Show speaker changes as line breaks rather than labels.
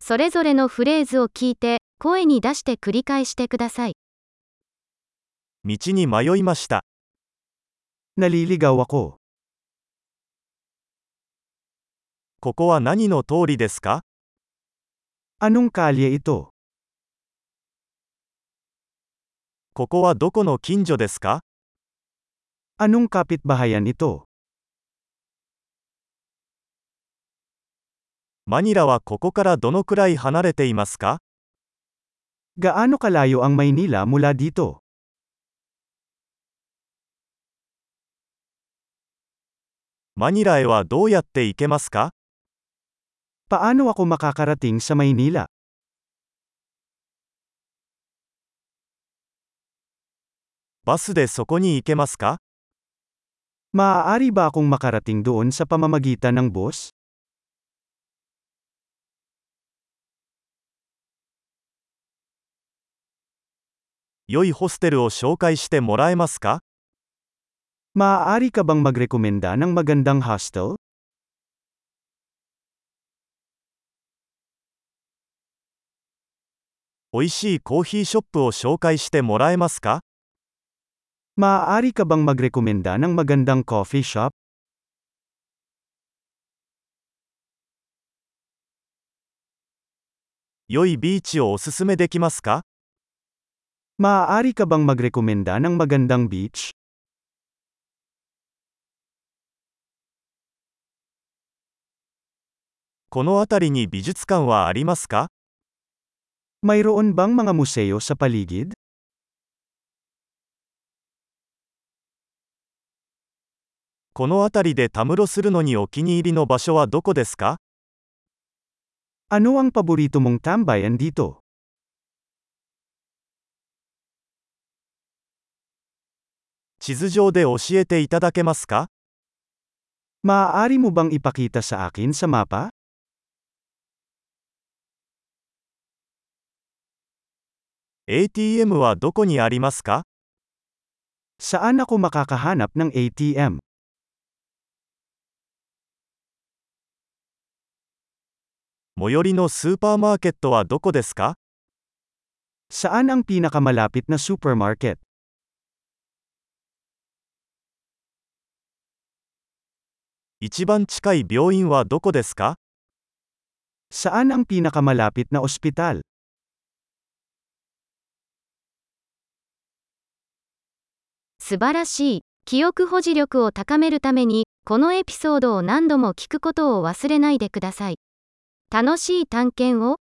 それぞれのフレーズを聞いて、声に出して繰り返してください。
道に迷いました。
Naliligaw ako.
ここは何の通りですか
Anong kalye ito?
ここはどこの近所ですか
Anong kapitbahayan ito?
マニラはここからどのくらい離れていますか
Gaano kalayo ang Maynila mula dito?
マニラへはどうやって行けますか
Paano ako makakarating sa Maynila?
バスでそこに行けますか
Maaari ba akong makarating doon sa pamamagitan ng bus?
良いホステルを紹介してもらえますか
Maaari ka bang magrekomenda ng magandang hostel?
「美味しいコーヒーショップを紹介してもらえますか
Maaari ka bang magrekomenda ng magandang coffee shop?
良いビーチをおすすめできますか
Maaari ka bang magrekomenda ng magandang beach?
この辺りに美術館はありますか
Mayroon bang mga museo sa paligid?
この辺りでたむろするのにお気に入りの場所はどこですか
Ano ang paborito mong tambayan dito?
「地図上で教えていただけますか
Maaari mo bang ipakita sa akin sa mapa?
？ATM はどこにありますか
Saan ako makakahanap ng ATM?
最寄りのスーパーマーケットはどこですか
Saan ang pinakamalapit na supermarket?
一番近い病院はどこですか
Saan ang pinakamalapit na ospital?
素晴らしい。記憶保持力を高めるために、このエピソードを何度も聞くことを忘れないでください。楽しい探検を。